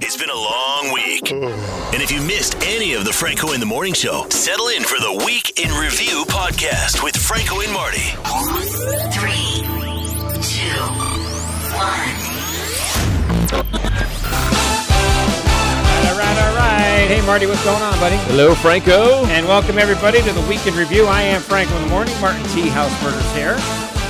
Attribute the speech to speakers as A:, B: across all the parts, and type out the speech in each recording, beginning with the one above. A: It's been a long week. and if you missed any of the Franco in the Morning Show, settle in for the Week in Review podcast with Franco and Marty.
B: Three, two, one.
C: All right, all right. Hey, Marty, what's going on, buddy?
D: Hello, Franco.
C: And welcome everybody to the Weekend Review. I am Frank in the morning. Martin T. Houseburger's here.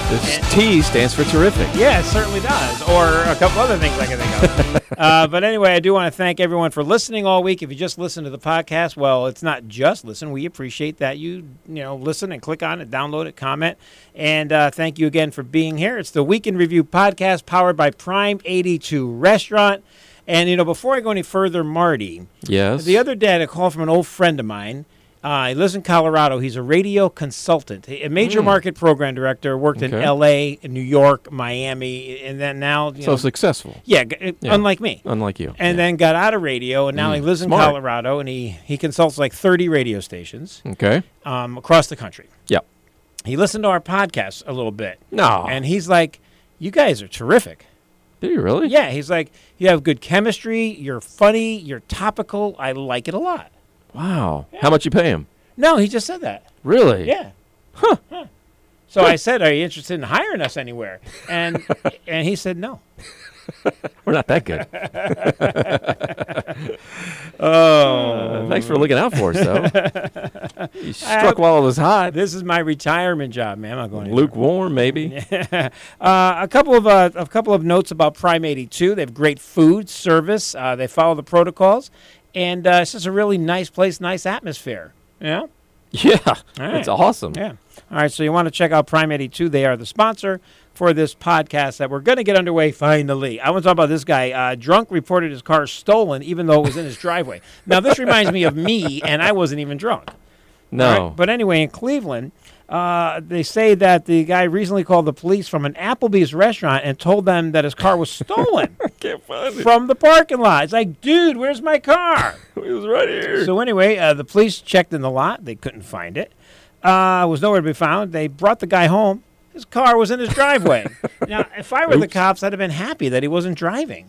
D: This T stands for terrific.
C: Yeah, it certainly does. Or a couple other things I can think of. uh, but anyway, I do want to thank everyone for listening all week. If you just listen to the podcast, well, it's not just listen. We appreciate that you you know listen and click on it, download it, comment, and uh, thank you again for being here. It's the Weekend Review podcast powered by Prime 82 Restaurant. And you know, before I go any further, Marty,
D: Yes.
C: The other day, I had a call from an old friend of mine. Uh, he lives in Colorado. He's a radio consultant, a a major market program director. Worked in
D: Hmm. Okay.
C: L.A., in New York, Miami, and then now, you
D: so
C: know,
D: successful,
C: yeah, g- uh,
D: Yeah.
C: unlike me.
D: unlike you.
C: And then got out of radio, and now he lives in
D: smart.
C: Colorado, and he he consults like thirty radio stations
D: then, okay.
C: um, across the country.
D: Yep.
C: He listened to our podcast a little bit,
D: No.
C: and he's like, "You guys are terrific."
D: did you really?
C: Yeah, he's like, "You have good chemistry. You're funny. You're topical. I like it a lot."
D: Wow. How much you pay him?
C: No, he just said that.
D: Really?
C: Yeah. Huh. So I said, "Are you interested in hiring us anywhere?" And and he said, "No."
D: We're not that good.
C: Oh.
D: Uh, thanks for looking out for us, though. you struck while it was hot.
C: This is my retirement job, man. I'm not going. anywhere.
D: Lukewarm, maybe.
C: Uh, a couple of uh, a couple of notes about Prime 82. They have great food, service. Uh, they follow the protocols, and uh, it's just a really nice place, nice atmosphere. Yeah.
D: Yeah.
C: right.
D: It's awesome.
C: Yeah. All right. So you want to check out Prime 82. They are the sponsor for this podcast that we're going to get underway finally. I want to talk about this guy. Uh, drunk reported his car stolen, even though it was in his driveway. Now, this reminds me of me, and I wasn't even drunk. All right,
D: No.
C: But anyway, in Cleveland, uh, they say that the guy recently called the police from an Applebee's restaurant and told them that his car was stolen
D: can't find
C: from the parking lot. It's like, dude, where's my car?
D: It was right here.
C: So anyway, uh, the police checked in the lot. They couldn't find it. Uh, it was nowhere to be found. They brought the guy home. His car was in his driveway. now, if I were the
D: Oops.
C: cops, I'd have been happy that he wasn't driving.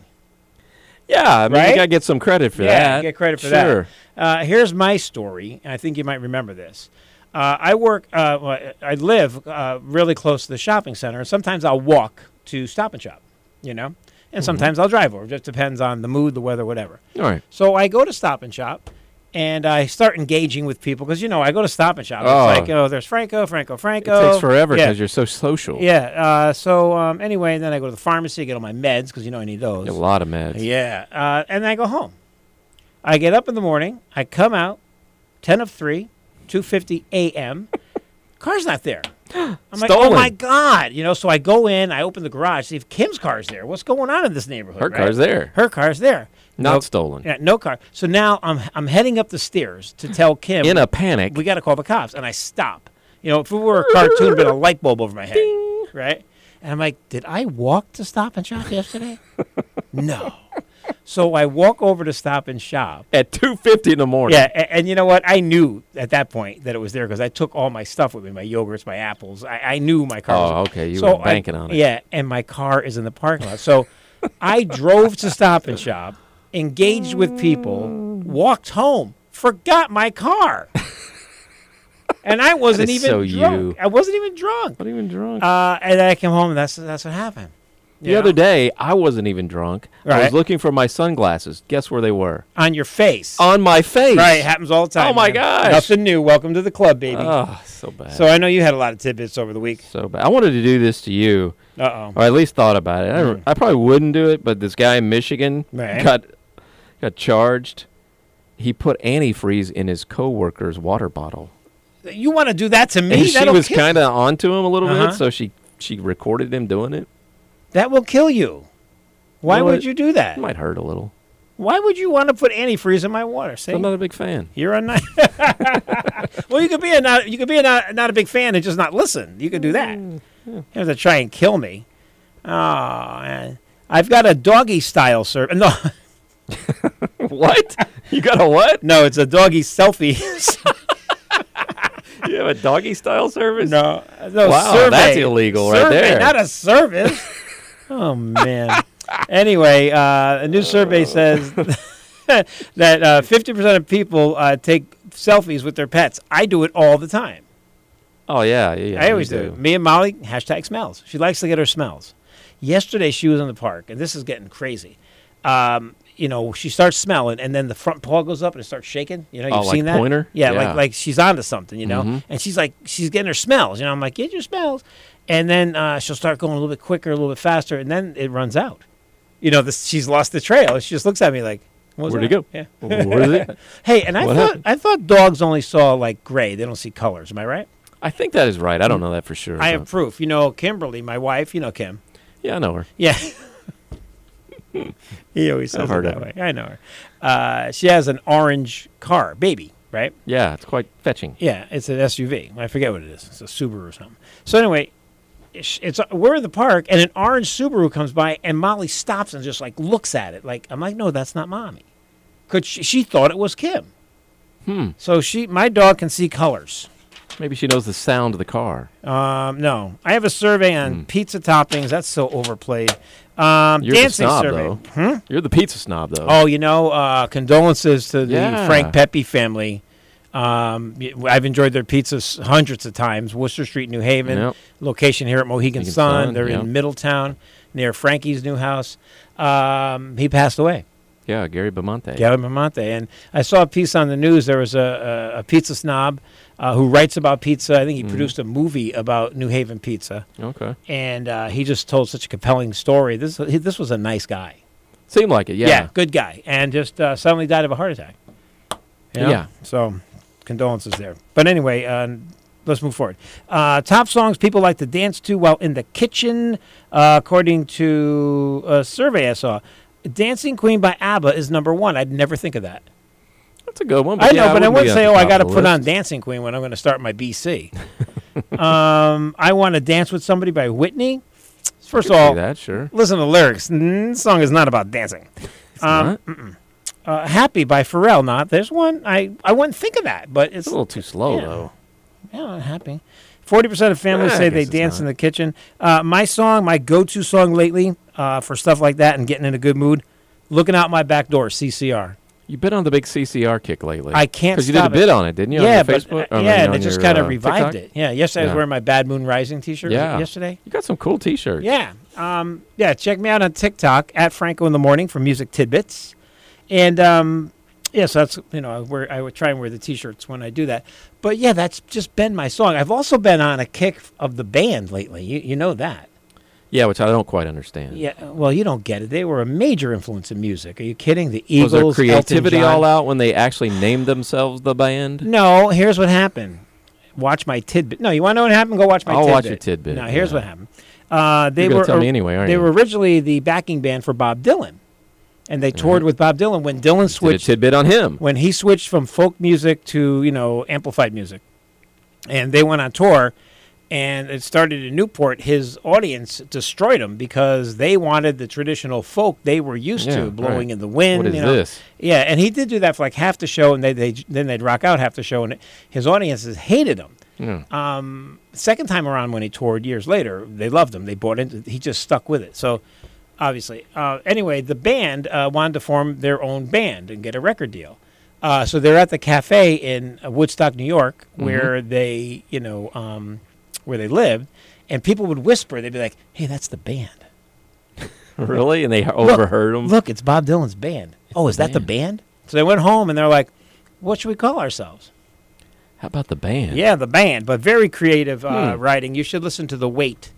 D: yeah. I mean,
C: Right?
D: you got to get some credit for
C: Yeah,
D: that.
C: get credit for
D: sure.
C: that. Uh, here's my story, and I think you might remember this. Uh, I work, uh, well, I live uh, really close to the shopping center, and sometimes I'll walk to Stop and Shop, you know,
D: Mm-hmm.
C: and sometimes I'll drive over. It just depends on the mood, the weather, whatever.
D: All right.
C: So I go to Stop and Shop, and I start engaging with people because you know I go to Stop and Shop.
D: Oh.
C: It's like oh, there's Franco, Franco,
D: It
C: Franco.
D: takes forever
C: Yeah.
D: because you're so social.
C: yeah. Uh, so um, anyway, then I go to the pharmacy, get all my meds because you know I need those.
D: A lot of meds.
C: Yeah. Uh, and then I go home. I get up in the morning. I come out, ten of three, two fifty a.m. Car's not there. I'm like, oh
D: Stolen.
C: my god, you know. So I go in, I open the garage, see if Kim's car's there. What's going on in this neighborhood?
D: Her
C: right?
D: car's there.
C: Her car's there.
D: Not
C: Nope.
D: stolen.
C: Yeah, no car. So now I'm I'm heading up the stairs to tell Kim
D: In a panic.
C: we got to call the cops, and I stop. You know, if it were a cartoon, it'd been a light bulb over my head, right? And I'm like, did I walk to Stop and Shop yesterday? no. So I walk over to Stop and Shop.
D: at 2.50 in the morning.
C: Yeah, and, and you know what? I knew at that point that it was there because I took all my stuff with me, my yogurts, my apples. I, I knew my car.
D: Oh,
C: was-
D: okay, you
C: So
D: were
C: I-
D: banking on it.
C: Yeah, and my car is in the parking lot. So I drove to Stop and Shop, engaged with people, walked home, forgot my car, and I wasn't
D: is
C: even
D: so
C: drunk.
D: you.
C: I wasn't even drunk.
D: Not even drunk.
C: Uh, and then I came home, and that's that's what happened.
D: the other day, I wasn't even drunk. I
C: Right.
D: was looking for my sunglasses. Guess where they were?
C: on your face,
D: On my face.
C: right? Happens all the time.
D: Oh, my
C: man.
D: gosh.
C: Nothing new. Welcome to the club, baby.
D: Oh, so bad.
C: so
D: So,
C: I know you had a lot of tidbits over the week.
D: bad. I wanted to do this to you,
C: Uh oh.
D: or at least thought about it. I, I probably wouldn't do it, but this guy in Michigan
C: Mm. Right.
D: got got charged. He put antifreeze in his coworker's water bottle.
C: You want to do that to me?
D: and she
C: That'll
D: was
C: kill-
D: kind of onto him a little
C: Uh-huh.
D: bit, so she she recorded him doing it.
C: that will kill you. Why
D: Well,
C: would
D: it-
C: you do that?
D: It might hurt a little.
C: Why would you want to put antifreeze in my water? See,
D: I'm not a big fan.
C: you're a not. well, you could be a not. You could be a not, not a big fan and just not listen. You could do that.
D: Mm,
C: You have to try and kill me. Oh, man. I've got a doggy style service. No,
D: what? You got a what?
C: no, it's a doggy selfie.
D: You have a doggy style service?
C: no, no
D: Wow,
C: survey.
D: that's illegal right
C: Survey,
D: there.
C: Not a service. oh man. anyway, uh, a new survey says that uh, fifty percent of people uh, take selfies with their pets. I do it all the time.
D: Oh yeah, yeah. yeah,
C: I
D: you
C: always do. Me and Molly hashtag smells. She likes to get her smells. Yesterday she was in the park, and this is getting crazy. Um, you know, she starts smelling, and then the front paw goes up and it starts shaking. You know, you've
D: Oh, like
C: seen that
D: pointer?
C: Yeah,
D: Yeah. Mm-hmm.
C: like like she's onto something. You know, and she's like she's getting her smells. You know, I'm like get your smells, and then uh, she'll start going a little bit quicker, a little bit faster, and then it runs out. You know, this, she's lost the trail. She just looks at me like, what was
D: Where'd it
C: that?
D: go?
C: Yeah.
D: Where is it?
C: Hey, and I
D: What
C: thought
D: happened?
C: I thought dogs only saw like gray. They don't see colors. Am I right?
D: I think that is right. I don't know that for sure.
C: Mm. I have
D: but-
C: proof. You know, Kimberly, my wife. You know Kim.
D: Yeah, I know her.
C: Yeah. he always says
D: I've
C: it
D: heard
C: that
D: of
C: way. I know her. Uh, she has an orange car, baby, right?
D: Yeah, it's quite fetching.
C: Yeah, it's an SUV. I forget what it is. It's a Subaru or something. So anyway, it's, it's we're in the park, and an orange Subaru comes by, and Molly stops and just like looks at it. Like I'm like, no, that's not mommy. Could she, she thought it was Kim? Hmm. So she, my dog can see colors.
D: Maybe she knows the sound of the car.
C: Um, no, I have a survey on pizza toppings. That's so overplayed. Um,
D: Hmm. You're
C: dancing
D: the snob
C: survey.
D: though. You're the pizza snob though.
C: Oh, you know, uh, condolences to the
D: Yeah.
C: Frank Pepe family. Um, y- I've enjoyed their pizzas hundreds of times. Worcester Street, New Haven,
D: Yep.
C: location here at Mohegan,
D: Mohegan
C: Sun.
D: Sun,
C: They're
D: yep.
C: in Middletown near Frankie's new house. Um, he passed away,
D: Yeah, Gary Bamonte.
C: Gavin Bramante. And I saw a piece on the news. There was a, a, a pizza snob uh, who writes about pizza. I
D: Hmm.
C: think he produced a movie about New Haven pizza,
D: Okay.
C: and uh, he just told such a compelling story. This he, this was a nice guy.
D: Seemed like it. Yeah.
C: Yeah. good guy, and just uh, suddenly died of a heart attack. You know?
D: Yeah.
C: So, condolences there. But anyway, uh, let's move forward. Uh, top songs people like to dance to while in the kitchen, uh, according to a survey I saw. "Dancing Queen" by ABBA is number one. I'd never think of that.
D: That's a good one.
C: I
D: yeah,
C: know, but I
D: wouldn't
C: wouldn't
D: be at
C: say,
D: the
C: "Oh, I
D: top
C: got to
D: of the
C: put on
D: list.
C: Dancing Queen" when I'm going to start my BC. um, I want to dance with somebody by Whitney. First of
D: See
C: all,
D: that sure.
C: listen to the lyrics. Mm, This song is not about dancing.
D: It's
C: um,
D: not.
C: uh, "Happy" by Pharrell. Not there's one I I wouldn't think of that, but it's
D: It's a little too slow
C: yeah.
D: though.
C: yeah, happy. Forty percent of families
D: Eh, I
C: say they
D: guess it's
C: dance
D: not.
C: in the kitchen. Uh, my song, my go-to song lately uh, for stuff like that and getting in a good mood, "Looking Out My Back Door" CCR.
D: You've been on the big CCR kick lately.
C: I can't
D: because you did a
C: stop it.
D: bit on it, didn't you?
C: yeah,
D: on your Facebook,
C: but uh, yeah,
D: or, you know,
C: and
D: on
C: it just
D: your,
C: kind of
D: uh,
C: revived
D: TikTok?
C: it. Yeah, yesterday I was
D: Yeah.
C: wearing my Bad Moon Rising T-shirt. Was it
D: Yeah.
C: yesterday.
D: You got some cool T-shirts.
C: Yeah. Um, yeah. Check me out on TikTok at Franco in the Morning for music tidbits. And um, yeah, so that's, you know, I, wear, I would try and wear the t shirts when I do that. But yeah, that's just been my song. I've also been on a kick of the band lately. You, you know that.
D: Yeah, which I don't quite understand.
C: Yeah. Well, you don't get it. They were a major influence in music. Are you kidding? The
D: Was
C: Eagles,
D: their creativity
C: Elton John.
D: all out when they actually named themselves the band?
C: No, here's what happened. Watch my tidbit. No, you want to know what happened? Go watch my
D: I'll
C: tidbit.
D: watch your tidbit,
C: Now, here's
D: yeah.
C: what happened. Uh, they
D: You're gonna
C: were
D: tell me anyway, aren't
C: They
D: you?
C: were originally the backing band for Bob Dylan, and they toured with Bob Dylan when Dylan
D: Did a
C: switched
D: tidbit on him.
C: when he switched from folk music to you know amplified music, and they went on tour, and it started in Newport. His audience destroyed him because they wanted the traditional folk they were used
D: Yeah,
C: to, blowing
D: right.
C: in the wind.
D: What is
C: you know.
D: this?
C: Yeah, and he did do that for like half the show, and they, they then they'd rock out half the show, and his audiences hated him.
D: Yeah.
C: Um, second time around when he toured years later, they loved him. They bought into. He just stuck with it. So, obviously, uh, anyway, the band uh, wanted to form their own band and get a record deal. Uh, so they're at the cafe in uh, Woodstock, New York,
D: Mm-hmm.
C: where they, you know, um, where they lived, and people would whisper. They'd be like, "Hey, that's the band."
D: really? And they h- overheard him.
C: Look, it's Bob Dylan's band. oh, is that the band? So they went home and they're like, "What should we call ourselves?"
D: How about the band?
C: Yeah, the band, but very creative uh, writing. You should listen to The Weight.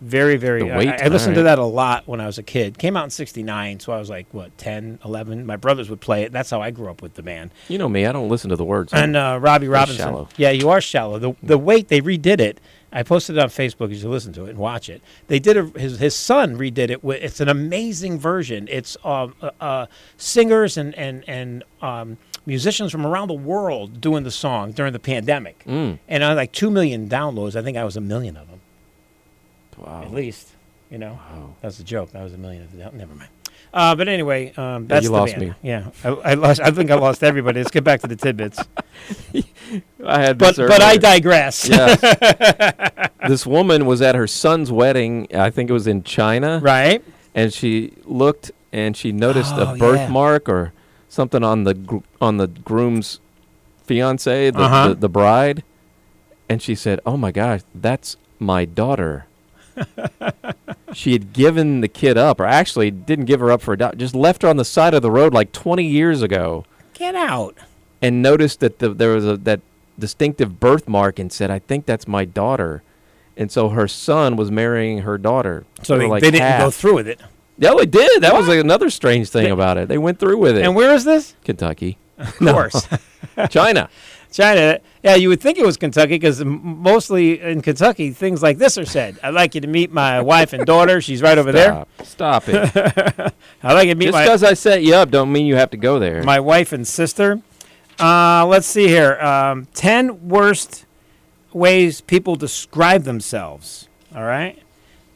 C: Very, very.
D: Hmm. The
C: I-
D: Weight,
C: I, I listened to
D: alright.
C: that a lot when I was a kid. Came out in 69, so I was like, what, 10, 11? My brothers would play it. That's how I grew up with the band.
D: You know me. I don't listen to the words.
C: And uh, Robbie Robinson.
D: shallow.
C: Yeah, you are shallow. The, the Weight, they redid it. I posted it on Facebook. You should listen to it and watch it. They did a, his his son redid it. With, it's an amazing version. It's um, uh, uh, singers and and and um, musicians from around the world doing the song during the pandemic.
D: Mm.
C: And I had like two million downloads. I think I was a million of them
D: wow.
C: at least. You know,
D: Wow.
C: that's a joke. That was a million. Of the, never mind. Uh, but anyway, um, that's
D: you
C: the
D: lost
C: band.
D: me.
C: Yeah, I, I lost. I think I lost everybody. Let's get back to the tidbits.
D: I had
C: But
D: this
C: but I
D: earlier.
C: digress.
D: Yes. this woman was at her son's wedding. I think it was in China.
C: right.
D: and she looked and she noticed
C: Oh,
D: a
C: yeah.
D: birthmark or something on the gr- on the groom's fiance, the,
C: Uh-huh.
D: the, the bride, and she said, "Oh my gosh, that's my daughter." she had given the kid up, or actually didn't give her up for adoption, just left her on the side of the road like 20 years ago,
C: Get out.
D: and noticed that the, there was a, that distinctive birthmark, and said, "I think that's my daughter." And so her son was marrying her daughter.
C: So
D: They were,
C: they,
D: like,
C: they didn't go
D: half.
C: through with it.
D: No, it did. That was like, another strange thing about it. They went through with it.
C: And where is this?
D: Kentucky,
C: Of course.
D: China.
C: China. Yeah, you would think it was Kentucky because mostly in Kentucky, things like this are said. I'd like you to meet my wife and daughter. She's right over there.
D: Stop. Stop it. Just
C: I'd like you to meet my,
D: because I set you up, don't mean you have to go there.
C: my wife and sister. Uh, let's see here. Um, 10 worst ways people describe themselves. All right.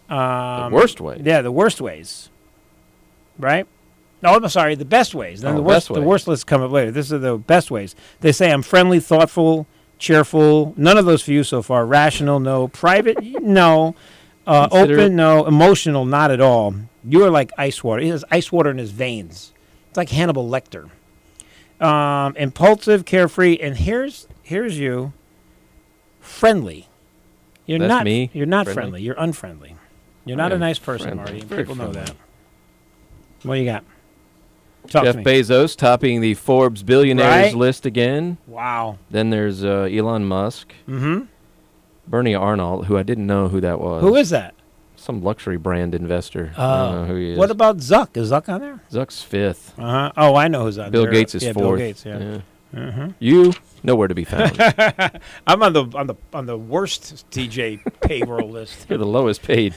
D: the
C: Um,
D: worst way.
C: Yeah, the worst ways. Right? No, I'm sorry, the best ways. Then
D: Oh,
C: the worst
D: best
C: the
D: ways.
C: worst lists come up later. This are the best ways. They say I'm friendly, thoughtful, cheerful. None of those for you so far. Rational, no. Private, no. Uh,
D: Considerate.
C: open, no. Emotional, not at all. You are like ice water. He has ice water in his veins. It's like Hannibal Lecter. Um, impulsive, carefree, and here's here's you. Friendly. You're
D: That's
C: not
D: me?
C: You're not friendly.
D: Friendly?
C: You're unfriendly. You're
D: I
C: not a
D: am
C: nice person,
D: friendly.
C: Marty. and
D: Very
C: People know that.
D: friendly.
C: What do you got? Talk
D: Jeff
C: to me.
D: Bezos topping the Forbes billionaires
C: Right?
D: list again.
C: wow.
D: Then there's uh, Elon Musk,
C: Mm-hmm.
D: Bernie Arnold, who I didn't know who that was.
C: Who is that?
D: some luxury brand investor? I
C: Oh.
D: don't know who he is.
C: What about Zuck? Is Zuck on there?
D: Zuck's fifth?
C: Uh-huh. Oh, I know who's on
D: Bill
C: there.
D: Gates is
C: yeah,
D: fourth.
C: Bill Gates, yeah. Mm-hmm.
D: You nowhere to be found.
C: I'm on the on the on the worst DJ payroll list.
D: You're the lowest paid.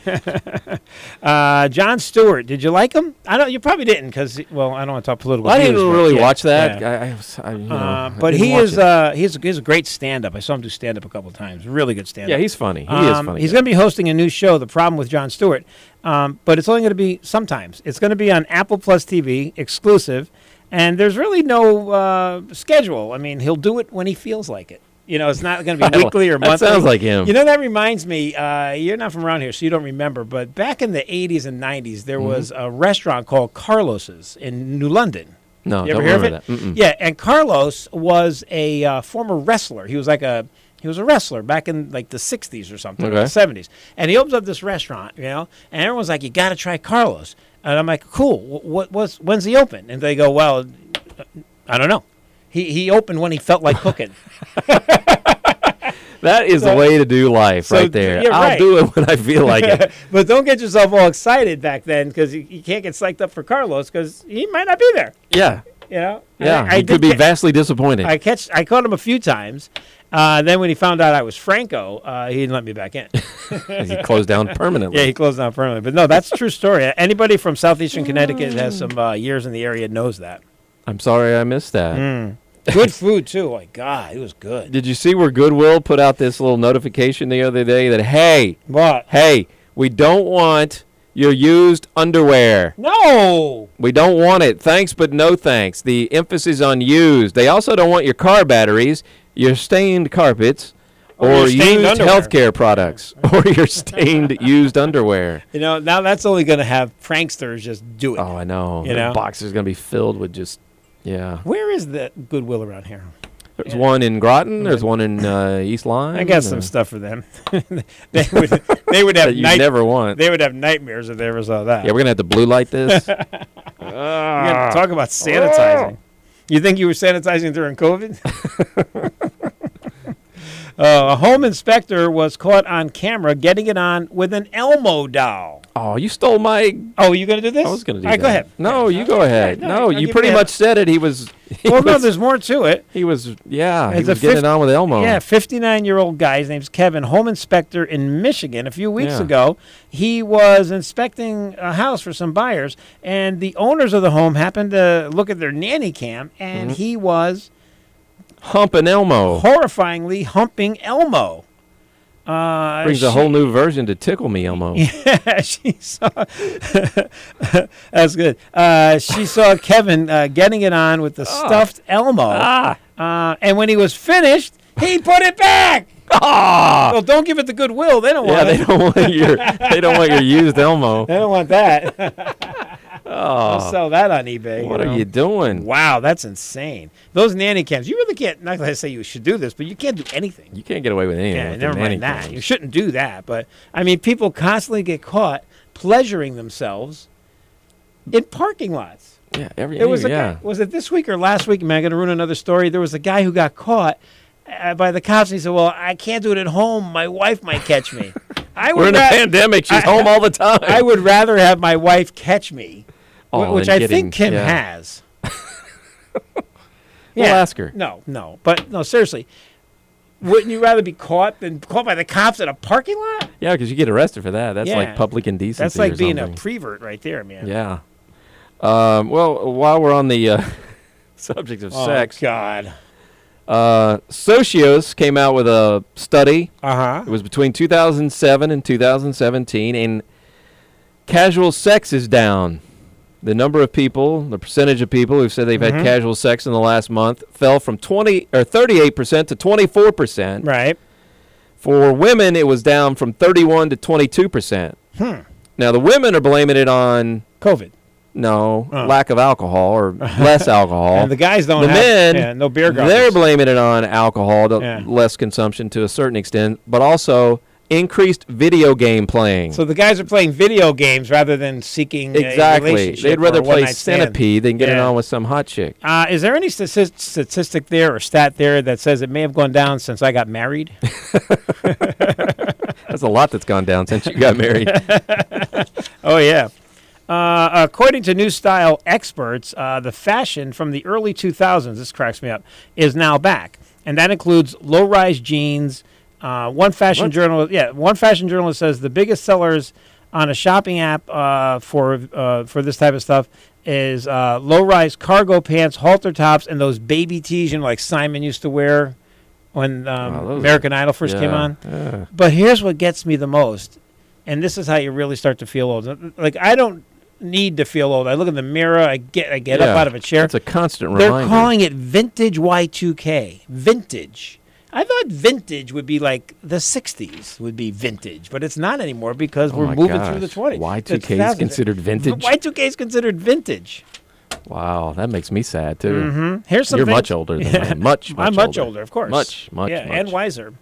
C: Uh, John Stewart, did you like him? I don't. You probably didn't because well, I don't want to talk political.
D: Well, I
C: views,
D: didn't
C: but
D: really
C: yeah,
D: watch that.
C: yeah.
D: I, I was- I, you know,
C: Uh,
D: I
C: but
D: didn't
C: he
D: watch
C: is
D: it.
C: uh, he's he's a great stand-up. I saw him do stand-up a couple times. Really good stand-up.
D: yeah, he's funny. He is
C: Um,
D: funny.
C: He's
D: guy.
C: going to be hosting a new show, The Problem with John Stewart, um, but it's only going to be sometimes. It's going to be on Apple Plus TV, exclusive, and there's really no uh, schedule. I mean, he'll do it when he feels like it. You know, it's not going to
D: I
C: be
D: don't-
C: weekly or
D: that
C: monthly.
D: sounds like him.
C: You know, that reminds me. Uh, you're not from around here, so you don't remember. But back in the '80s and '90s,
D: Mm-hmm.
C: there was a restaurant called Carlos's in New London.
D: no,
C: You ever
D: don't
C: hear of
D: remember
C: it?
D: that. Mm-mm.
C: Yeah, and Carlos was a uh, former wrestler. He was like a he was a wrestler back in like the '60s or something, or
D: Okay.
C: the '70s. And he opens up this restaurant, you know, and everyone's like, "You got to try Carlos." And I'm like, "Cool. wh- What was when's he open?" And they go, "Well, I don't know. He he opened when he felt like cooking."
D: That is
C: So-
D: the way to do life,
C: so
D: right there.
C: you're
D: I'll
C: right.
D: do it when I feel like it.
C: but don't get yourself all excited back then because you, you can't get psyched up for Carlos because he might not be there.
D: Yeah,
C: You know? And
D: yeah.
C: I, I
D: he
C: did
D: could be
C: get-
D: vastly disappointed.
C: I catch I caught him a few times. Uh, then when he found out I was Franco, uh, he didn't let me back in.
D: he closed down permanently.
C: yeah, he closed down permanently. But no, that's a true story. Uh, Anybody from southeastern Connecticut that has some uh, years in the area knows that.
D: I'm sorry I missed that.
C: Mm. Good food too. Oh my God, it was good.
D: Did you see where Goodwill put out this little notification the other day that hey,
C: But
D: hey, we don't want your used underwear.
C: no,
D: We don't want it. Thanks, but no thanks. The emphasis on used. They also don't want your car batteries, your stained carpets,
C: Or
D: or,
C: your stained
D: used
C: underwear.
D: healthcare products, or your stained used underwear.
C: you know now that's only going to have pranksters just do it.
D: Oh, I know.
C: You
D: The
C: know?
D: box is going to be filled with just, yeah.
C: Where is the Goodwill around here?
D: There's one in Groton. There's one in uh, East Line.
C: I got
D: uh,
C: some stuff for them. they would they would have
D: that you
C: night-
D: never want.
C: they would have nightmares if they ever saw that.
D: yeah, we're going to have to blue light this. Ah.
C: You gotta talk about sanitizing. You think you were sanitizing during COVID? uh, a home inspector was caught on camera getting it on with an Elmo doll.
D: oh, you stole my.
C: Oh, you gonna do this?
D: I was going to do
C: All right,
D: that.
C: go ahead.
D: No, you go ahead.
C: no,
D: No,
C: I'll
D: you
C: give
D: pretty
C: you a-
D: much said it. He was. He
C: Well, no,
D: was,
C: there's more to it.
D: He was, yeah, he
C: It's a
D: was getting
C: fif-
D: it on with Elmo.
C: Yeah, 59 year old guy. His name's Kevin, home inspector in Michigan. A few weeks
D: Yeah.
C: ago, he was inspecting a house for some buyers, and the owners of the home happened to look at their nanny cam, and
D: Mm-hmm.
C: he was
D: Hump and Elmo
C: horrifyingly humping Elmo. Uh,
D: brings
C: she,
D: a whole new version to Tickle Me Elmo.
C: she saw. that's good. Uh, she saw Kevin uh, getting it on with the stuffed Elmo,
D: Ah,
C: uh, and when he was finished, he put it back.
D: Ah!
C: Well, don't give it the goodwill. They don't
D: Yeah,
C: want
D: they
C: it.
D: don't want your they don't want your used Elmo.
C: They don't want that. I'll
D: Oh,
C: sell that on eBay.
D: what
C: know?
D: are you doing?
C: Wow, that's insane. Those nanny cams. You really can't. Not that I say you should do this, but you can't do anything.
D: You can't get away with anything.
C: Yeah,
D: with the
C: never
D: nanny
C: mind that.
D: cams.
C: You shouldn't do that. But I mean, people constantly get caught pleasuring themselves in parking lots.
D: Yeah, every
C: It was a
D: yeah.
C: guy, was it this week or last week? Am I going to ruin another story? There was a guy who got caught uh, by the cops. And he said, "Well, I can't do it at home. My wife might catch me." I
D: We're
C: would
D: in a
C: ra-
D: pandemic. She's
C: I-
D: home all the time.
C: I would rather have my wife catch me, wh-
D: Oh,
C: which I
D: than
C: think Kim
D: getting- yeah.
C: has.
D: We'll ask her.
C: No, no, but no, seriously. Wouldn't you rather be caught than caught by the cops in a parking lot?
D: Yeah, because you get arrested for that. That's
C: Yeah.
D: like public indecency.
C: That's like
D: or
C: being a
D: something.
C: prevert right there, man.
D: yeah. Um, well, while we're on the uh, subject of
C: Oh,
D: sex,
C: God.
D: uh, Socios came out with a study.
C: Uh
D: It
C: huh.
D: was between 2007 and 2017, and casual sex is down. The number of people, the percentage of people who've said they've
C: Mm-hmm.
D: had casual sex in the last month, fell from 20 or 38 percent to 24 percent.
C: Right.
D: For women, it was down from 31 to 22 percent.
C: Hmm.
D: Now the women are blaming it on
C: COVID.
D: no
C: Oh.
D: lack of alcohol or less alcohol.
C: And the guys don't
D: the
C: have
D: men,
C: yeah, no beer gardens.
D: they're blaming it on alcohol, the
C: Yeah.
D: less consumption to a certain extent, but also increased video game playing.
C: so the guys are playing video games rather than seeking a
D: exactly,
C: relationship
D: they'd rather
C: or a one-night
D: play
C: stand.
D: centipede than getting
C: Yeah.
D: on with some hot chick.
C: Uh, is there any statis- statistic there or stat there that says it may have gone down since I got married?
D: That's a lot that's gone down since you got married.
C: Oh yeah. Uh, according to new style experts, uh, the fashion from the early 2000s, this cracks me up, is now back, and that includes low-rise jeans. Uh, one fashion journalist, yeah, one fashion journalist says the biggest sellers on a shopping app uh, for uh, for this type of stuff is uh, low-rise cargo pants, halter tops, and those baby tees, you know, like Simon used to wear when um,
D: Wow, those are-
C: American Idol first came
D: Yeah,
C: on.
D: yeah.
C: But here's what gets me the most, and this is how you really start to feel old. Like I don't need to feel old. I look in the mirror. I get I get up
D: Yeah,
C: out of a chair.
D: That's a constant
C: They're
D: reminder.
C: calling it vintage Y2K. Vintage. I thought vintage would be like the 60s would be vintage, but it's not anymore because
D: Oh
C: we're
D: my
C: moving through the
D: gosh,
C: 20s. the
D: Y2K is
C: 2000s.
D: considered vintage?
C: Y2K is considered vintage.
D: wow, that makes me sad too.
C: Here's Mm-hmm. some
D: You're
C: vin-
D: much older than I am. Much, much
C: I'm much older, of course.
D: Much, much,
C: yeah,
D: much.
C: and wiser.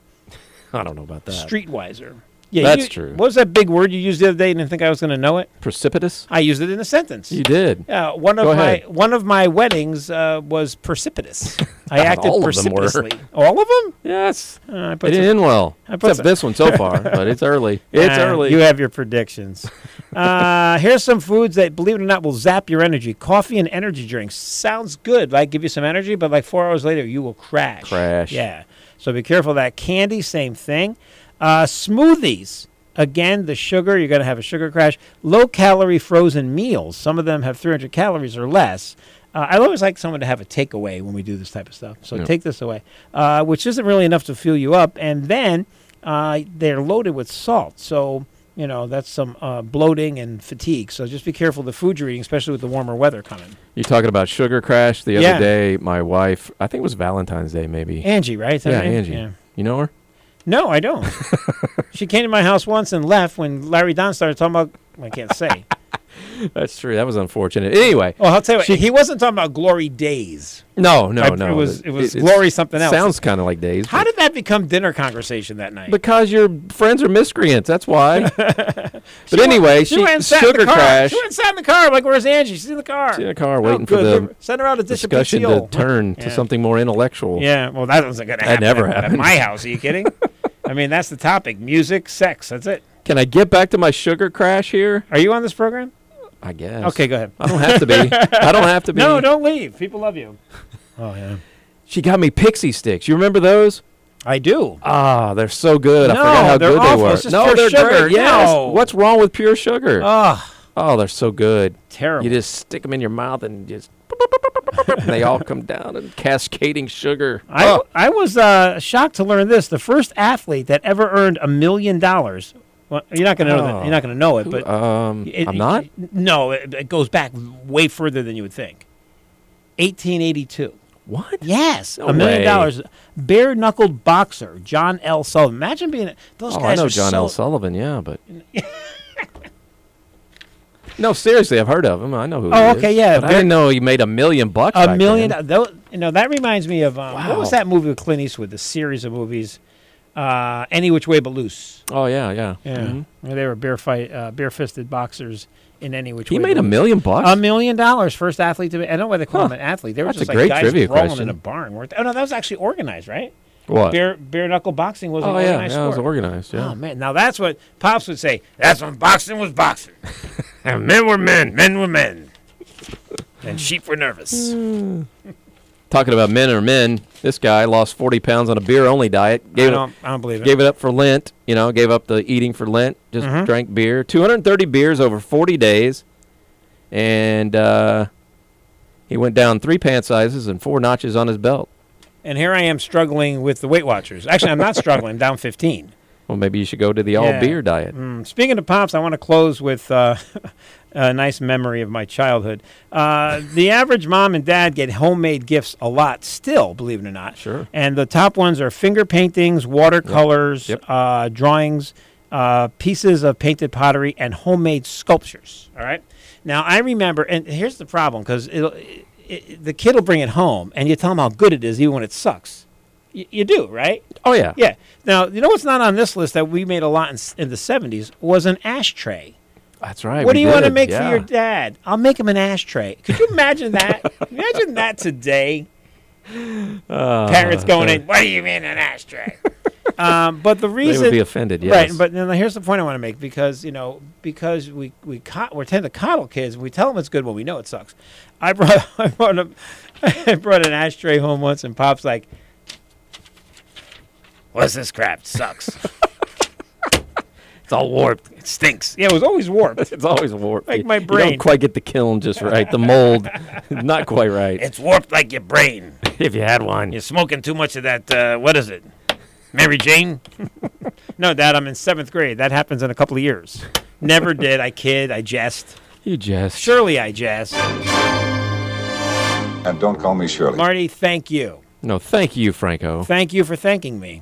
D: I don't know about that.
C: Streetwiser. Yeah,
D: Uh, That's
C: you-
D: true.
C: What was that big word you used the other day and didn't think I was going to know it?
D: Precipitous?
C: I used it in a sentence.
D: You did.
C: Uh, one of
D: Go
C: my
D: ahead.
C: one of my weddings uh, was precipitous. I acted
D: All of them were.
C: precipitously. All of them?
D: Yes.
C: Uh, I
D: It
C: put
D: didn't
C: some-
D: end well.
C: I put
D: Except
C: some-
D: this one so far, but it's early. It's
C: Uh,
D: early.
C: You have your predictions. uh, here's some foods that, believe it or not, will zap your energy. Coffee and energy drinks sounds good, like give you some energy, but like four hours later, you will crash.
D: Crash.
C: Yeah. So be careful of that. Candy, same thing. Uh, smoothies. Again, the sugar, you're going to have a sugar crash. Low calorie frozen meals. Some of them have 300 calories or less. Uh, I always like someone to have a takeaway when we do this type of stuff. So
D: Yeah.
C: take this away, uh, which isn't really enough to fuel you up. And then uh, they're loaded with salt. So, you know, that's some uh, bloating and fatigue. So just be careful of the food you're eating, especially with the warmer weather coming.
D: You're talking about sugar crash the other
C: Yeah.
D: day. My wife, I think it was Valentine's Day, maybe.
C: Angie, right? Is that
D: yeah,
C: her name?
D: Angie. You know her?
C: No, I don't. she came to my house once and left when Larry Don started talking about. I can't say.
D: That's true. That was unfortunate. Anyway,
C: Well, I'll tell you what.
D: She-
C: he wasn't talking about glory days.
D: no, no,
C: I-
D: no.
C: It was
D: th-
C: it was
D: it's-
C: glory something else.
D: Sounds kind of like days.
C: How
D: but-
C: did that become dinner conversation that night?
D: because your friends are miscreants. That's why. but
C: went-
D: anyway, she,
C: went and sat in
D: sugar
C: the car.
D: crash.
C: She went and sat in the car. I'm like, where's Angie? She's in the car.
D: She's in the car
C: Oh,
D: waiting for
C: good.
D: the
C: Send her out a dish of
D: discussion to
C: PCO.
D: turn to
C: Yeah.
D: something more intellectual.
C: Yeah, well, that wasn't going to
D: That
C: happen.
D: never
C: at-
D: happened.
C: At my house, are you kidding? I mean, that's the topic music, sex. That's it.
D: Can I get back to my sugar crash here?
C: Are you on this program?
D: I guess.
C: Okay, go ahead.
D: I don't have to be. I don't have to be.
C: No, don't leave. People love you. Oh, yeah.
D: She got me pixie sticks. You remember those?
C: I do.
D: Ah, they're so good. I
C: No,
D: forgot how
C: they're
D: good
C: awful.
D: they were.
C: It's just pure
D: they're
C: sugar.
D: Great. Yes.
C: No.
D: What's wrong with pure sugar?
C: Oh,
D: oh, they're so good.
C: terrible.
D: You just stick them in your mouth and just. and they all come down in cascading sugar.
C: I,
D: Oh,
C: I was uh, shocked to learn this. The first athlete that ever earned a million dollars. Well, you're not gonna know that.
D: Oh.
C: You're not gonna know it, but
D: um,
C: it-
D: I'm not.
C: no, it, it goes back way further than you would think. 1882.
D: What?
C: Yes,
D: No
C: a million
D: way.
C: dollars. Bare knuckled boxer John L. Sullivan. Imagine being those
D: Oh, I
C: guys
D: know
C: are
D: John
C: so,
D: L. Sullivan. Yeah, but no, seriously, I've heard of him. I know who. he
C: Oh,
D: is,
C: okay, yeah,
D: but I
C: very-
D: didn't know he made a million bucks.
C: A
D: back
C: million.
D: then.
C: Though, you know that reminds me of um, what was
D: Wow.
C: that movie with Clint Eastwood? The series of movies, uh, any which way but loose.
D: Oh yeah, yeah.
C: Yeah,
D: Mhm.
C: where they were bare fight, uh, bare-fisted boxers in any which
D: He
C: way.
D: made
C: but
D: a
C: loose.
D: million bucks.
C: A million dollars, first athlete to be. I don't know why they call
D: Huh.
C: him an athlete. They were
D: That's a
C: just
D: great
C: like guys
D: trivia
C: rolling
D: question.
C: in a barn. weren't they? Oh no, that was actually organized, right?
D: what?
C: Bare bare knuckle boxing was an
D: oh yeah,
C: organized
D: yeah, it was
C: sport.
D: organized. Yeah.
C: Oh man, now that's what pops would say. That's when boxing was boxing, and men were men, men were men, and sheep were nervous.
D: Mm. Talking about men or men, this guy lost forty pounds on a beer-only diet.
C: I
D: Gave it,
C: don't, I don't believe it.
D: gave it up for Lent. You know, gave up the eating for Lent. Just
C: Mm-hmm.
D: drank beer. Two hundred thirty beers over forty days, and uh, he went down three pant sizes and four notches on his belt.
C: and here I am struggling with the Weight Watchers. Actually, I'm not struggling. I'm down 15.
D: Well, maybe you should go to the all
C: Yeah.
D: beer diet.
C: Mm, Speaking of pops, I want to close with uh, a nice memory of my childhood. Uh, the average mom and dad get homemade gifts a lot still, believe it or not.
D: Sure.
C: And the top ones are finger paintings, watercolors,
D: Yep.
C: Uh, drawings, uh, pieces of painted pottery, and homemade sculptures. All right. Now, I remember, and here's the problem because it, it, the kid will bring it home and you tell him how good it is, even when it sucks. Y- you do, right?
D: Oh yeah.
C: Yeah. Now, you know what's not on this list that we made a lot in, s- in the 70s was an ashtray.
D: That's right.
C: what do
D: we
C: you want to
D: did,
C: make
D: yeah.
C: for your dad? I'll make him an ashtray. Could you imagine that? imagine that today.
D: Ah,
C: Parents going in, what do you mean an ashtray? um, but the
D: They
C: reason.
D: would be offended. Yes.
C: Right, but then here's the point I want to make because you know because we we co- we tend to coddle kids. We tell them it's good when we know it sucks. I brought I brought a, I brought an ashtray home once, and pops like, "What's this crap? Sucks.
D: it's all warped.
C: it stinks. Yeah, it was always warped.
D: It's always warped.
C: Like
D: You-
C: my
D: You
C: brain.
D: don't quite get the kiln just right. The mold, not quite right.
C: It's warped like your brain.
D: if you had one,
C: You're smoking too much of that. Uh, what is it? Mary Jane? no, Dad. I'm in seventh grade. That happens in a couple of years. Never did. I kid. I jest.
D: you just
C: Surely I jest.
E: And don't call me Shirley.
C: Marty, thank you.
D: No, thank you, Franco.
C: Thank you for thanking me.